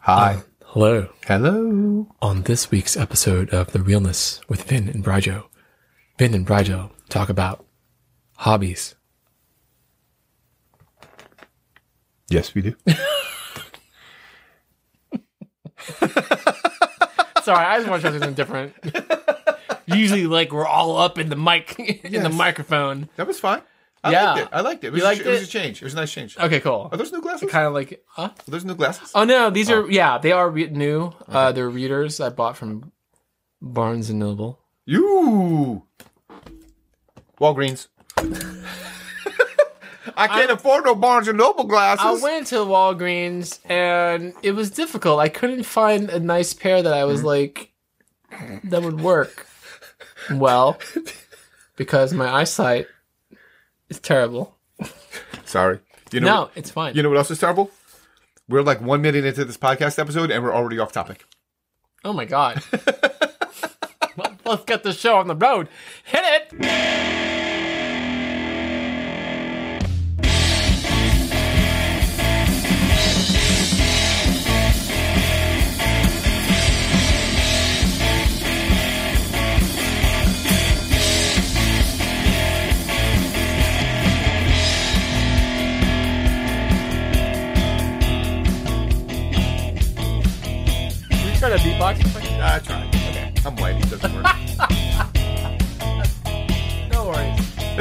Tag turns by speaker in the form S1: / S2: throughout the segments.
S1: Hi.
S2: Hello.
S1: Hello.
S2: On this week's episode of The Realness with Vin and Bryjo, Vin and Bryjo talk about hobbies.
S1: Yes, we do.
S2: Sorry, I just want to try something different. Usually, like we're all up in the mic, in the
S1: Yes.
S2: microphone.
S1: that was fine. I
S2: Yeah.
S1: liked it. I liked it. It was,
S2: You liked
S1: a, it? was
S2: it?
S1: a change. It was a nice change.
S2: Okay, cool.
S1: Are those new glasses?
S2: Kind of like, huh?
S1: Are those new glasses?
S2: Oh no, these are yeah, they are re- new. Uh, they're readers I bought from Barnes and Noble.
S1: You. Walgreens. I can't afford no Barnes and Noble glasses.
S2: I went to Walgreens and it was difficult. I couldn't find a nice pair that I was
S1: Mm-hmm.
S2: like that would work well because my eyesight is terrible.
S1: Sorry. You know.
S2: No, it's fine.
S1: You know what else is terrible? We're like one minute into this podcast episode and we're already off topic.
S2: Oh my god. Let's get the show on the road. Hit it. Are you trying to beatbox?
S1: I tried. Okay. I'm white. It doesn't work.
S2: No worries.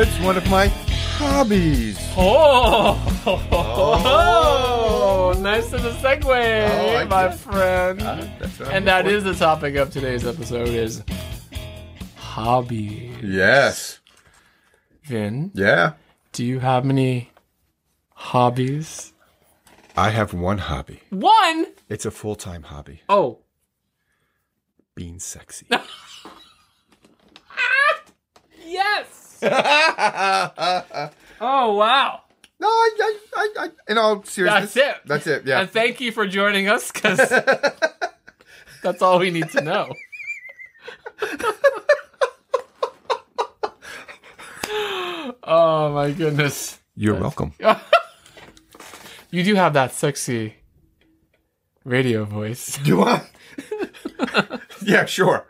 S1: it's one of my hobbies.
S2: Oh, nice to the segue,
S1: Oh. I like
S2: my
S1: that.
S2: friend.
S1: Uh, that's what I'm
S2: and that
S1: looking
S2: is the topic of today's episode is hobby.
S1: for. Yes.
S2: Vin,
S1: Yeah.
S2: do you have any hobbies?
S1: I have one hobby.
S2: One.
S1: It's a full time hobby.
S2: Oh,
S1: Being sexy.
S2: yes.
S1: no,
S2: Oh, wow.
S1: I, I, I, I, in all seriousness,
S2: That's it.
S1: That's it. Yeah.
S2: And thank you for joining us because that's all we need to know. oh my goodness.
S1: You're welcome.
S2: You do have that sexy radio voice
S1: Do I? yeah, sure.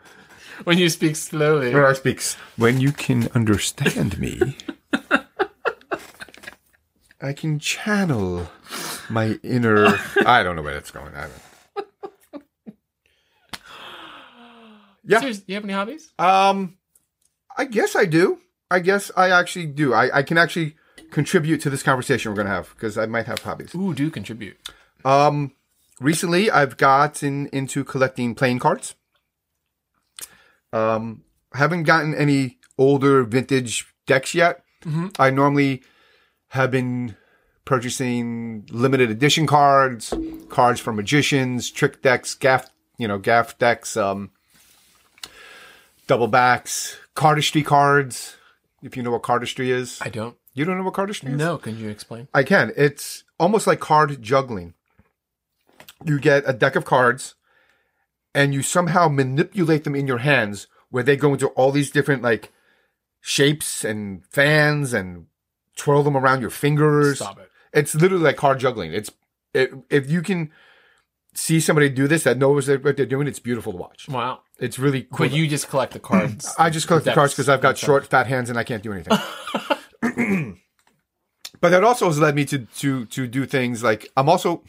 S2: when you speak slowly.
S1: I speaks. When you can understand me, I can channel my inner. I don't know where that's going. I don't. Yeah.
S2: Serious- do you have any hobbies?
S1: Um, I guess I do. I guess I actually do. I, I can actually contribute to this conversation we're gonna have because I might have hobbies.
S2: Ooh, do contribute.
S1: Um, recently I've gotten into collecting playing cards. Um, I haven't gotten any older vintage decks yet. I normally have been purchasing limited edition cards, cards from magicians, trick decks, gaff, you know, gaff decks, um, double backs, cardistry cards. If you know what cardistry is,
S2: I don't.
S1: you don't know what cardistry is.
S2: No, can you explain?
S1: I can. It's almost like card juggling. You get a deck of cards and you somehow manipulate them in your hands where they go into all these different like shapes and fans and twirl them around your fingers.
S2: Stop it.
S1: It's literally like card juggling. It's it, if you can see somebody do this that knows what they're doing, it's beautiful to watch.
S2: Wow.
S1: It's really cool.
S2: But you just collect the cards.
S1: I just collect the cards
S2: That's-
S1: because I've got
S2: that's
S1: short, fat hands and I can't do anything. but that also has led me to to to do things like I'm also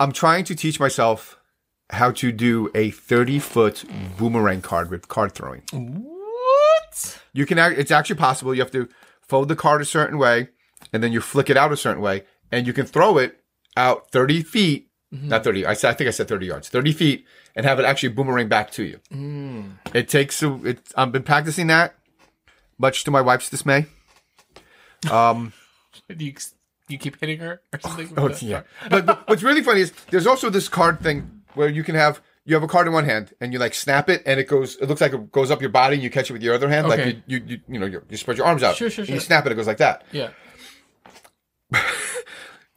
S1: I'm trying to teach myself how to do a 30 foot boomerang card with card throwing.
S2: What?
S1: You can act, it's actually possible. You have to fold the card a certain way, and then you flick it out a certain way, and you can throw it out 30 feet.
S2: Mm-hmm.
S1: Not 30. I, said, I think I said 30 yards. 30 feet, and have it actually boomerang back to you.
S2: Mm.
S1: It takes. a- It, I've been practicing that, much to my wife's dismay.
S2: Do you, do you keep hitting her or something?
S1: Oh yeah. but, but what's really funny is there's also this card thing where you can have you have a card in one hand and you like snap it and it goes it looks like it goes up your body and you catch it with your other hand like
S2: Okay.
S1: you you, you you know you you spread your arms out
S2: Sure, sure,
S1: and you
S2: sure.
S1: snap it it goes like that.
S2: Yeah.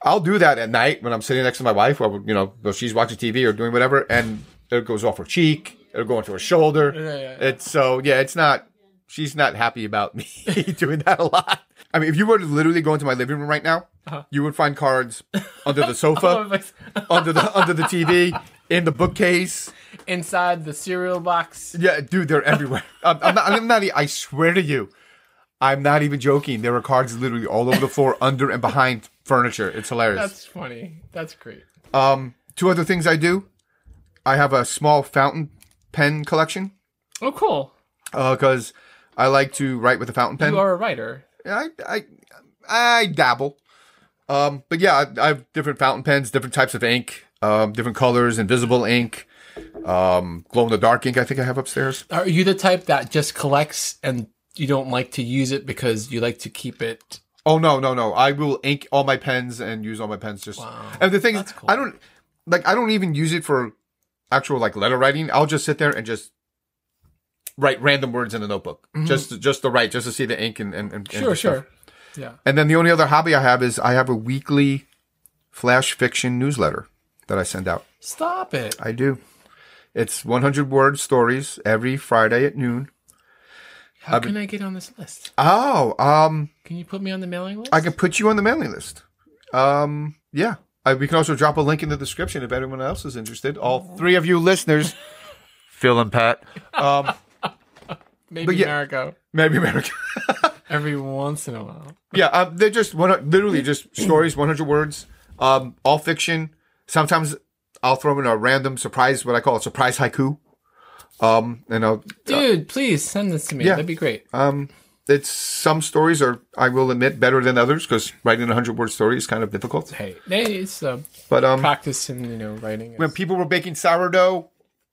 S1: I'll do that at night when I'm sitting next to my wife, or you know, though she's watching TV or doing whatever, and it goes off her cheek, it'll go into her shoulder.
S2: yeah, yeah.
S1: It's so yeah, it's not she's not happy about me doing that a lot. I mean, if you were to literally go into my living room right now,
S2: Uh-huh.
S1: you would find cards under the
S2: Oh,
S1: sofa, under the under the TV, in the bookcase.
S2: Inside the cereal box.
S1: Yeah, dude, they're everywhere. I'm, I'm not. I'm not e- I swear to you, I'm not even joking. There are cards literally all over the floor, under and behind furniture. It's hilarious.
S2: That's funny. That's great.
S1: Um, two other things I do. I have a small fountain pen collection
S2: Oh, cool.
S1: because I like to write with a fountain pen.
S2: You are a writer.
S1: I, I I dabble. Um, but yeah, I, I have different fountain pens, different types of ink, um, different colors, invisible ink, um, glow in the dark ink. I think I have upstairs.
S2: Are you the type that just collects and you don't like to use it because you like to keep it?
S1: Oh no, no, no! I will ink all my pens and use all my pens. Just and the thing is, I don't like. I don't even use it for actual like letter writing. I'll just sit there and just write random words in a notebook, just to, just to write, just to see the ink and and, and and
S2: Mm-hmm. Sure,
S1: the stuff.
S2: sure. Yeah.
S1: And then the only other hobby I have is I have a weekly flash fiction newsletter that I send out.
S2: Stop it.
S1: I do. It's 100 word stories every Friday at noon.
S2: How can I get on this list?
S1: Oh, um,
S2: Can you put me on the mailing list?
S1: I can put you on the mailing list. Um, yeah. I, we can also drop a link in the description if anyone else is interested. All three of you listeners, Oh. Phil and Pat,
S2: Maybe
S1: yeah-
S2: America
S1: maybe America.
S2: every once in a while.
S1: yeah, um, they're just one, literally just stories, 100 words, um, all fiction. Sometimes I'll throw in a random surprise, what I call a surprise haiku. Um, and I'll
S2: Dude, please send this to me.
S1: Yeah.
S2: That'd be great.
S1: Um, it's some stories are, I will admit, better than others because writing a hundred word story is kind of difficult.
S2: hey, hey, it's uh,
S1: But um,
S2: practice in you know writing.
S1: when
S2: is-
S1: people were baking sourdough,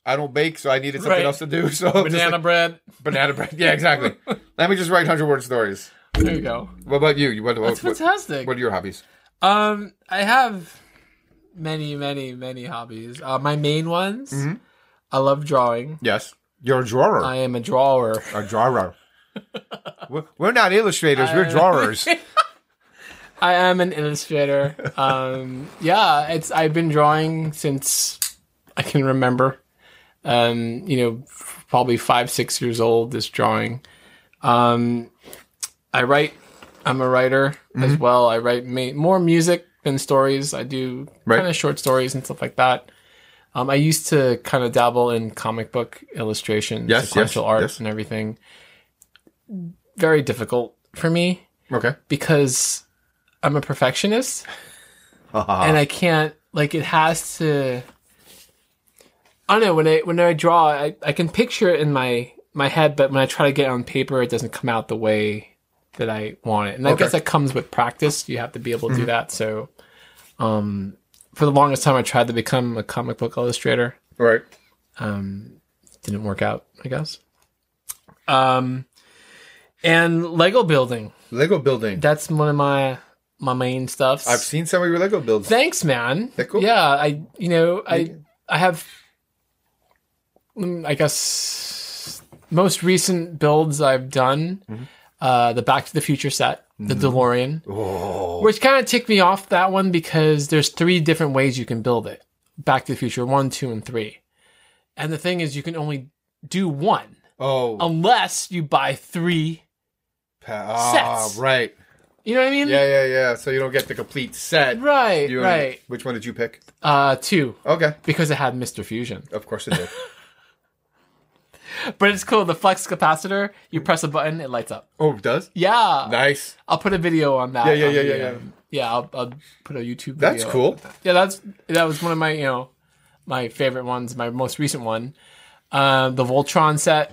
S1: I don't bake, so I needed something
S2: Right.
S1: else to do. So just
S2: Banana
S1: like,
S2: bread.
S1: banana bread. Yeah, exactly. Let me just write hundred word stories.
S2: There you go.
S1: What about you? You what, what,
S2: It's fantastic.
S1: what are your hobbies?
S2: Um, I have many, many, many hobbies. Uh, my main ones.
S1: Mm-hmm.
S2: I love drawing.
S1: Yes, you're a drawer.
S2: I am a drawer.
S1: a drawer. we're, we're not illustrators. we're drawers.
S2: I am an illustrator. Um, yeah, it's I've been drawing since I can remember. Um, you know, f- probably five, six years old. This drawing. Um, I write. I'm a writer
S1: Mm-hmm.
S2: as well. I write ma- more music than stories. I do
S1: Right.
S2: kind of short stories and stuff like that. Um, I used to kind of dabble in comic book illustration,
S1: Yes, yes,
S2: sequential art,
S1: yes.
S2: and everything. Very difficult for me
S1: okay.
S2: because I'm a perfectionist
S1: Ah.
S2: and I can't like it has to I don't know when I when I draw I, I can picture it in my my head but when I try to get it on paper it doesn't come out the way that I want it. And I
S1: Okay. Mm-hmm.
S2: guess that comes with practice. You have to be able to do that. So um for the longest time I tried to become a comic book illustrator
S1: All right.
S2: um, didn't work out, I guess. Um, and Lego building.
S1: Lego building.
S2: That's one of my my main stuffs.
S1: I've seen some of your Lego builds.
S2: Thanks, man.
S1: They're cool.
S2: Yeah, I you know I I have. mm, I guess most recent builds I've done,
S1: Mm-hmm.
S2: uh, the Back to the Future set, the DeLorean,
S1: Oh.
S2: which kind of ticked me off that one because there's three different ways you can build it. Back to the Future one, two, and three, and the thing is you can only do one
S1: Oh,
S2: unless you buy three.
S1: pa-
S2: sets.
S1: ah, right.
S2: You know what I mean?
S1: Yeah, yeah, yeah. So you don't get the complete set.
S2: Right.
S1: You-
S2: right.
S1: Which one did you pick?
S2: Uh, two
S1: Okay,
S2: because it had Mr. Fusion.
S1: of course it did.
S2: But it's cool. The flex capacitor, you press a button, it lights up.
S1: oh, it does?
S2: Yeah,
S1: Nice.
S2: I'll put a video on that.
S1: Yeah, yeah,
S2: on
S1: yeah,
S2: the,
S1: yeah,
S2: um, yeah. I'll, I'll put a YouTube. Video
S1: That's
S2: up.
S1: cool.
S2: Yeah, that's that was one of my you know my favorite ones. My most recent one, um, the Voltron set,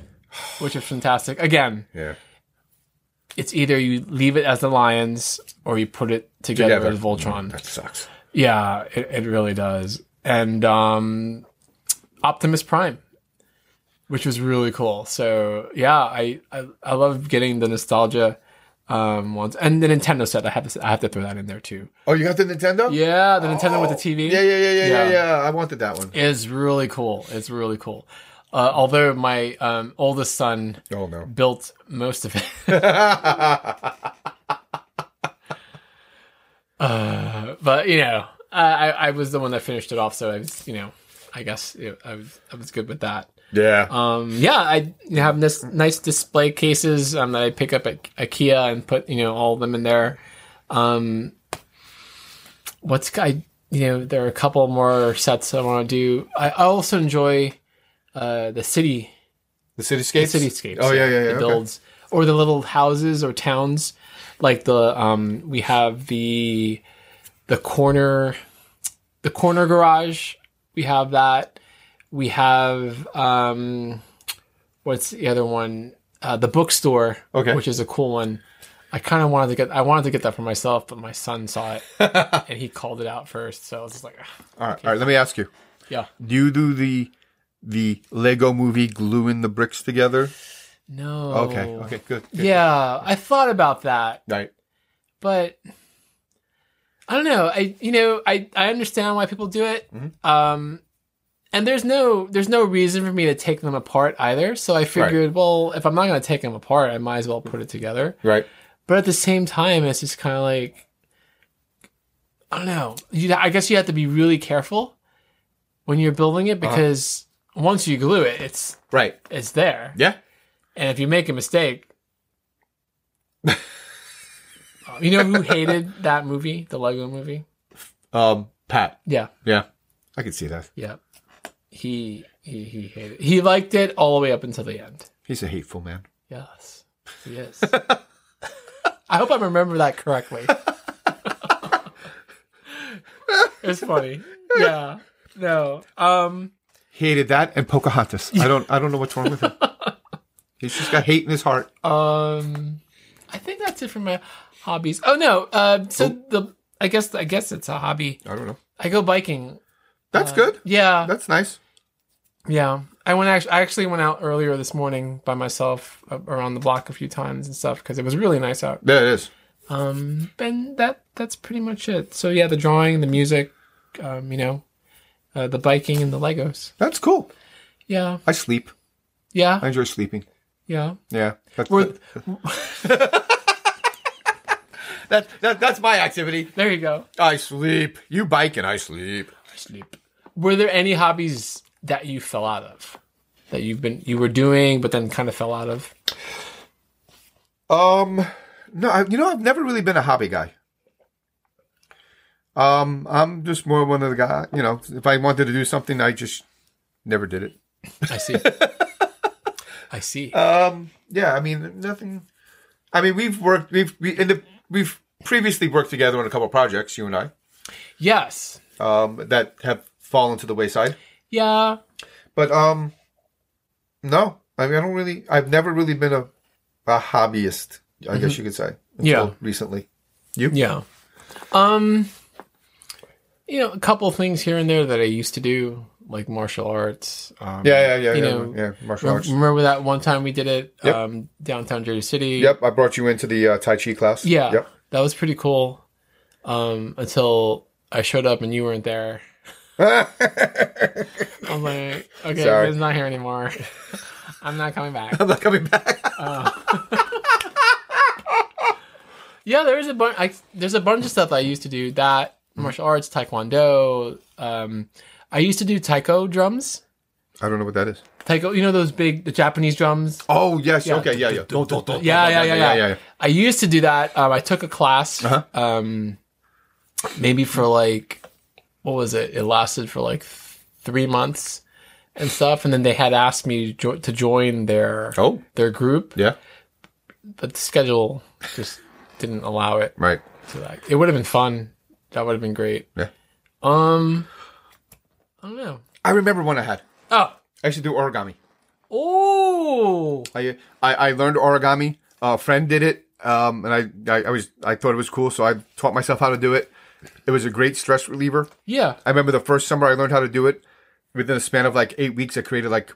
S2: which is fantastic. Again,
S1: Yeah.
S2: it's either you leave it as the Lions or you put it together,
S1: Together.
S2: as Voltron.
S1: That sucks.
S2: Yeah, it, it really does. And um, Optimus Prime, which was really cool. So yeah, I, I, I love getting the nostalgia um, ones and the Nintendo set. I have to s- I have to throw that in there too.
S1: Oh, you got the Nintendo?
S2: Yeah, the Nintendo with the TV
S1: Oh, Yeah, yeah, yeah, yeah, yeah,
S2: Yeah.
S1: yeah. I wanted that one.
S2: is really cool. It's really cool. Uh, although my um, oldest son
S1: Oh no.
S2: built most of it. Uh, but you know, I, I I was the one that finished it off, so I was you know, I guess you know, I was I was good with that.
S1: Yeah.
S2: Um, yeah, I have this nice display cases um, that I pick up at IKEA and put you know all of them in there. Um, what's I you know there are a couple more sets I want to do. I, I also enjoy uh, the city
S1: the cityscapes.
S2: the cityscapes.
S1: Oh yeah, yeah, yeah.
S2: The
S1: okay.
S2: builds or the little houses or towns, like the um, we have the the corner, the corner garage. We have that. We have um, what's the other one? Uh, the bookstore.
S1: Okay.
S2: which is a cool one. I kind of wanted to get. I wanted to get that for myself, but my son saw it and he called it out first. So I was just like, "Ugh."
S1: All right, all right. Let me ask you:
S2: yeah,
S1: Do you do the the Lego Movie gluing the bricks together?
S2: no.
S1: Okay. Okay. Good. good.
S2: Oh. Yeah, I thought about that.
S1: Right.
S2: but I don't know. I you know I I understand why people do it. Um, and there's no there's no reason for me to take them apart either. So I figured, well, if I'm not going to take them apart, I might as well put it together.
S1: Right.
S2: But at the same time, it's just kind of like I don't know. You I guess you have to be really careful when you're building it because once you glue it, it's
S1: Right.
S2: it's there.
S1: Yeah.
S2: And if you make a mistake, Uh, you know who hated that movie, the Lego movie?
S1: Um. Pat.
S2: Yeah,
S1: Yeah. I can see that.
S2: yeah. He he he hated. He liked it all the way up until the end.
S1: He's a hateful man.
S2: Yes, yes. I hope I remember that correctly. it's funny. Yeah. No. Um.
S1: He hated that and Pocahontas. I don't. I don't know what's wrong with him. He's just got hate in his heart.
S2: Um, I think that's it for my hobbies. Oh no. Uh, so the I guess I guess it's a hobby.
S1: I don't know.
S2: I go biking.
S1: That's good.
S2: Uh, Yeah,
S1: That's nice.
S2: yeah. I went actually. I actually went out earlier this morning by myself uh, around the block a few times and stuff because it was really nice out.
S1: There it is.
S2: Um, and that that's pretty much it. So yeah, the drawing, the music, um, you know, uh, the biking and the Legos.
S1: That's cool.
S2: Yeah,
S1: I sleep. I
S2: yeah,
S1: enjoy sleeping.
S2: yeah.
S1: Yeah. That's,
S2: We're,
S1: that, that, that's my activity.
S2: there you go.
S1: I sleep. You bike and I sleep.
S2: sleep. Were there any hobbies that you fell out of that you've been you were doing but then kind of fell out of?
S1: Um, no, I, you know, I've never really been a hobby guy. Um, I'm just more one of the guy. You know, if I wanted to do something, I just never did it.
S2: I see. I see.
S1: Um, yeah, I mean, nothing. I mean, we've worked. We've we in the we've previously worked together on a couple of projects, you and I,
S2: yes.
S1: um, that have fallen to the wayside.
S2: Yeah.
S1: But um, no, I mean, I don't really. I've never really been a a hobbyist. I guess you could say. Until
S2: Mm-hmm. Yeah.
S1: Recently.
S2: Yeah. Um you know, a couple things here and there that I used to do, like martial arts. Um,
S1: Yeah, yeah, yeah,
S2: You
S1: yeah,
S2: know,
S1: yeah. Martial
S2: Remember,
S1: arts.
S2: remember that one time we did it
S1: Yep.
S2: um, downtown Jersey City?
S1: Yep, I brought you into the uh, Tai Chi class.
S2: Yeah,
S1: Yep.
S2: that was pretty cool. Um, until I showed up and you weren't there. I'm like, okay,
S1: Sorry.
S2: it's not here anymore. I'm not coming back.
S1: I'm not coming back.
S2: Yeah, there's a bunch. I, there's a bunch of stuff I used to do. That martial arts, taekwondo. Um, I used to do taiko drums.
S1: I don't know what that is.
S2: Taiko, you know those big the Japanese drums.
S1: Oh yes.
S2: Yeah.
S1: Okay. Yeah. Yeah.
S2: yeah, yeah, yeah, yeah,
S1: yeah, yeah.
S2: I used to do that. Um, I took a class,
S1: Uh-huh.
S2: um, maybe for like, what was it? It lasted for like th- three months and stuff. And then they had asked me to, jo- to join their
S1: Oh.
S2: their group,
S1: Yeah.
S2: but the schedule just didn't allow it.
S1: Right.
S2: So that it would have been fun. That would have been great.
S1: Yeah.
S2: Um, I don't know.
S1: I remember one I had.
S2: Oh,
S1: I used to do origami.
S2: oh,
S1: I I, I learned origami. A friend did it, um, and I, I I was I thought it was cool, so I taught myself how to do it. It was a great stress reliever.
S2: yeah.
S1: I remember the first summer I learned how to do it. Within a span of like eight weeks, I created like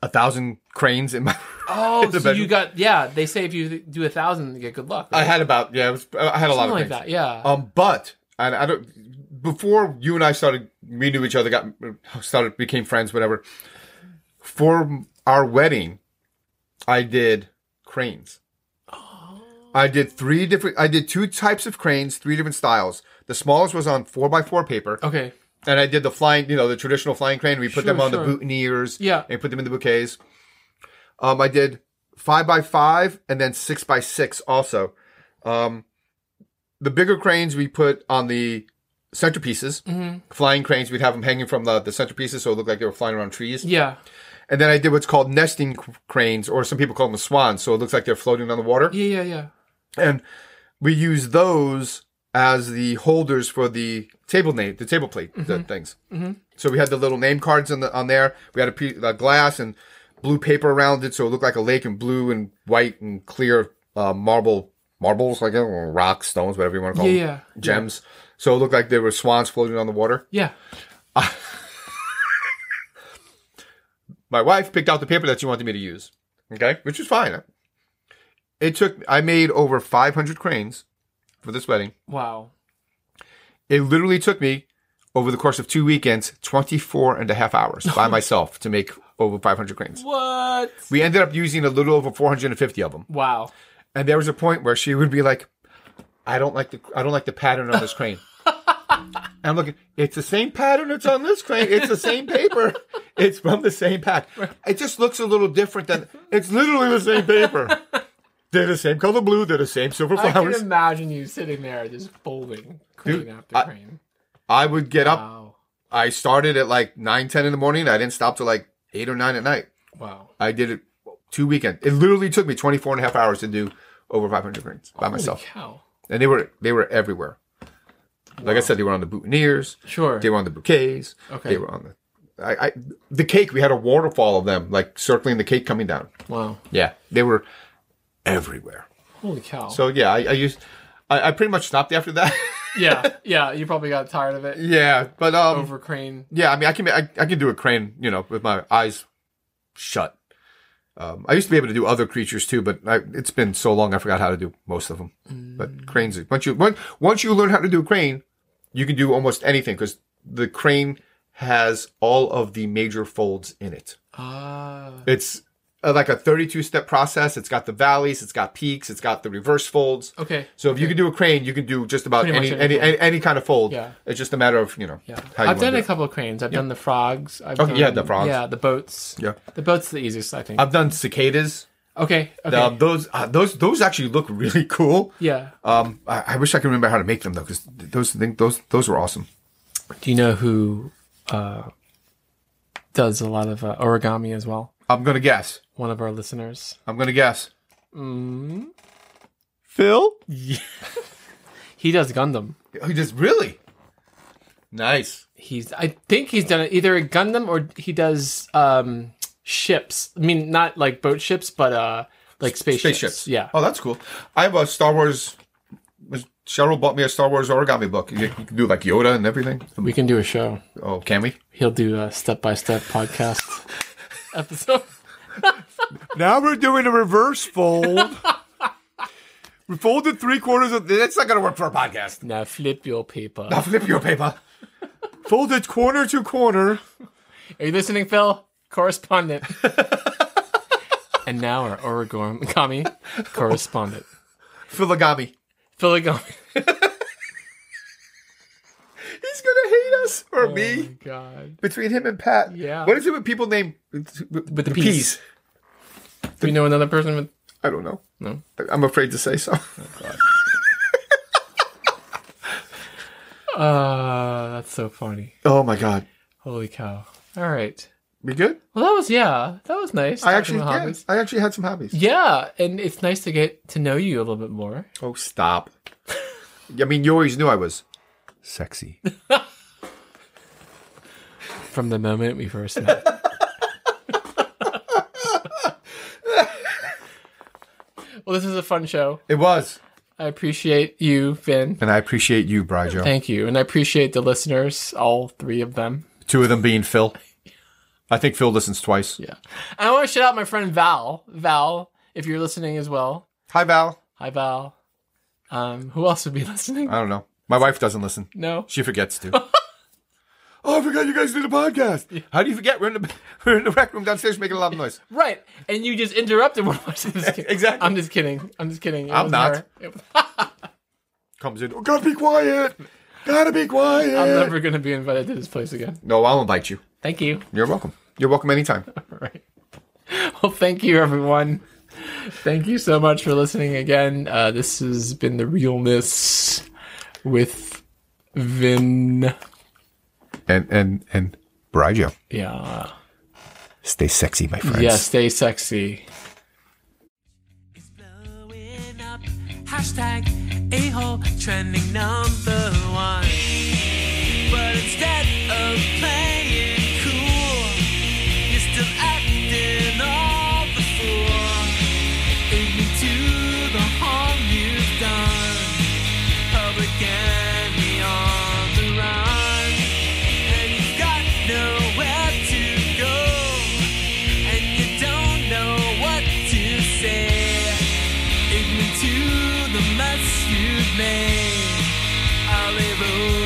S1: a thousand cranes in my.
S2: Oh, so
S1: bedroom.
S2: you got yeah. They say if you do a thousand, you get good luck.
S1: I had about yeah, it was, I had a lot of
S2: Something like
S1: cranes.
S2: that. Yeah.
S1: Um, but and I don't before you and I started we knew each other, got started became friends, whatever. For our wedding, I did cranes.
S2: Oh.
S1: I did three different. I did two types of cranes, three different styles. The smallest was on four by four paper.
S2: okay.
S1: And I did the flying, you know, the traditional flying crane. We put them
S2: Sure,
S1: on
S2: sure.
S1: the boutonnieres
S2: Yeah.
S1: and put them in the bouquets. Um, I did five by five and then six by six also. Um, the bigger cranes we put on the centerpieces.
S2: Mhm.
S1: Flying cranes, we'd have them hanging from the, the centerpieces so it looked like they were flying around trees.
S2: Yeah.
S1: And then I did what's called nesting c- cranes, or some people call them swans, so it looks like they're floating on the water.
S2: Yeah. Yeah. Yeah.
S1: And we use those as the holders for the table name, the table plate, the
S2: Mm-hmm.
S1: things. So we had the little name cards on the on there. We had a, pe- a glass and blue paper around it, so it looked like a lake and blue and white and clear uh, marble marbles, like uh, rocks, stones, whatever you want to call
S2: Yeah,
S1: them,
S2: yeah, yeah.
S1: gems. So it looked like there were swans floating on the water.
S2: Yeah.
S1: my wife picked out the paper that she wanted me to use. Okay, which was fine. It took I made over 500 cranes for this wedding.
S2: Wow.
S1: It literally took me over the course of two weekends 24 and a half hours by myself to make over 500 cranes.
S2: What?
S1: We ended up using a little over 450 of them.
S2: Wow.
S1: And there was a point where she would be like, "I don't like the I don't like the pattern on this crane." and I'm looking, it's the same pattern it's on this crane. It's the same paper. It's from the same pack. It just looks a little different than it's literally the same paper. They're the same color blue. They're the same silver
S2: I can
S1: flowers. I,
S2: imagine you sitting there just folding crane
S1: Dude,
S2: after
S1: I-
S2: crane.
S1: would get up.
S2: Wow.
S1: I started at like nine ten in the morning. I didn't stop till like eight or nine at night.
S2: Wow.
S1: I did it two weekends. It literally took me 24 and a half hours to do over 500 cranes by myself.
S2: Holy cow.
S1: and they were they were everywhere. Like I said, they were on the boutonnieres,
S2: Sure.
S1: they were on the bouquets,
S2: Okay.
S1: they were on the I, I the cake. We had a waterfall of them, like circling the cake coming down.
S2: Wow.
S1: Yeah, they were everywhere.
S2: Holy cow.
S1: So yeah, I, I used I, I pretty much stopped after that.
S2: yeah. Yeah. You probably got tired of it.
S1: yeah, but um,
S2: Over crane.
S1: yeah, I mean, I can I, I can do a crane, you know, with my eyes shut. Um, I used to be able to do other creatures too, but I, it's been so long I forgot how to do most of them.
S2: Mm.
S1: But cranes, once you once, once you learn how to do a crane, you can do almost anything because the crane has all of the major folds in it.
S2: Ah.
S1: It's uh, like a 32 step process. It's got the valleys, it's got peaks, it's got the reverse folds.
S2: okay.
S1: So if you can do a crane, you can do just about
S2: Pretty
S1: any
S2: much
S1: any,
S2: anything.
S1: any any kind of fold.
S2: Yeah.
S1: It's just a matter of you know
S2: Yeah.
S1: you
S2: I've
S1: wanna
S2: done
S1: do
S2: a
S1: it.
S2: couple of cranes. I've done the frogs. I've
S1: Okay,
S2: done,
S1: yeah, the frogs.
S2: Yeah, the boats.
S1: Yeah.
S2: The boats are the easiest, I think.
S1: I've done cicadas.
S2: okay. Okay.
S1: Um, those uh, those those actually look really cool.
S2: yeah.
S1: Um, I, I wish I could remember how to make them though, because those things those those were awesome.
S2: Do you know who uh, does a lot of uh, origami as well?
S1: I'm gonna guess.
S2: One of our listeners.
S1: I'm gonna guess.
S2: Phil? Yeah. he does Gundam.
S1: Oh, He just really nice.
S2: He's I think he's done either a Gundam or he does um ships. I mean not like boat ships, but uh like spaceships.
S1: Spaceships.
S2: Yeah.
S1: Oh, that's cool. I have a Star Wars. was- Cheryl bought me a Star Wars origami book. You, you can do like Yoda and everything.
S2: We can do a show.
S1: Oh, can we?
S2: He'll do a step by step podcast episode.
S1: Now we're doing a reverse fold. we folded three quarters of. That's not gonna work for a podcast.
S2: Now flip your paper.
S1: I'll flip your paper. Folded corner to corner.
S2: Are you listening, Phil? Correspondent. and now our origami correspondent.
S1: Filigami.
S2: Phil Agami.
S1: He's gonna hate us or
S2: Oh
S1: me
S2: my god.
S1: between him and Pat.
S2: Yeah.
S1: What is it with people name with,
S2: the peas. Do you know another person with
S1: I don't know.
S2: No.
S1: I- I'm afraid to say so.
S2: Uh that's so funny.
S1: Oh my god.
S2: Holy cow. All right.
S1: We good?
S2: Well that was yeah, that was nice.
S1: I
S2: talking
S1: actually
S2: about
S1: yeah,
S2: hobbies.
S1: I actually had some hobbies.
S2: Yeah, and it's nice to get to know you a little bit more.
S1: Oh stop. I mean you always knew I was sexy.
S2: From the moment we first met. well, this is a fun show.
S1: it was.
S2: I appreciate you, Vin.
S1: And I appreciate you, Brijo.
S2: Thank you. And I appreciate the listeners, all three of them.
S1: Two of them being Phil. I think Phil listens twice.
S2: Yeah. And I want to shout out my friend Val. Val, if you're listening as well.
S1: Hi Val.
S2: Hi, Val. Um, who else would be listening?
S1: I don't know. My wife doesn't listen.
S2: no.
S1: She forgets to. oh, I forgot you guys did a podcast. How do you forget? We're in the we're in the rec room downstairs making a lot of noise.
S2: Right. And you just interrupted one of us.
S1: Exactly.
S2: I'm just kidding. I'm just kidding. It
S1: I'm
S2: was
S1: not.
S2: her. It was-
S1: comes in. Oh, God, be quiet! Gotta be quiet.
S2: I'm never gonna be invited to this place again.
S1: no, I'll invite you.
S2: Thank you.
S1: You're welcome. You're welcome anytime.
S2: All right. Well, thank you, everyone. Thank you so much for listening again. Uh, this has been the realness with Vin.
S1: And and and Bridger,
S2: Yeah.
S1: stay sexy, my friends.
S2: Yeah. Stay sexy.
S3: It's blowing up. Hashtag a hole trending number one. But instead of playing cool, you're still acting all the fool. Ignorant to the harm you've done. Public enemy on the run, and you've got nowhere to go and you don't know what to say. Ignorant to the mess you've made. I'll erode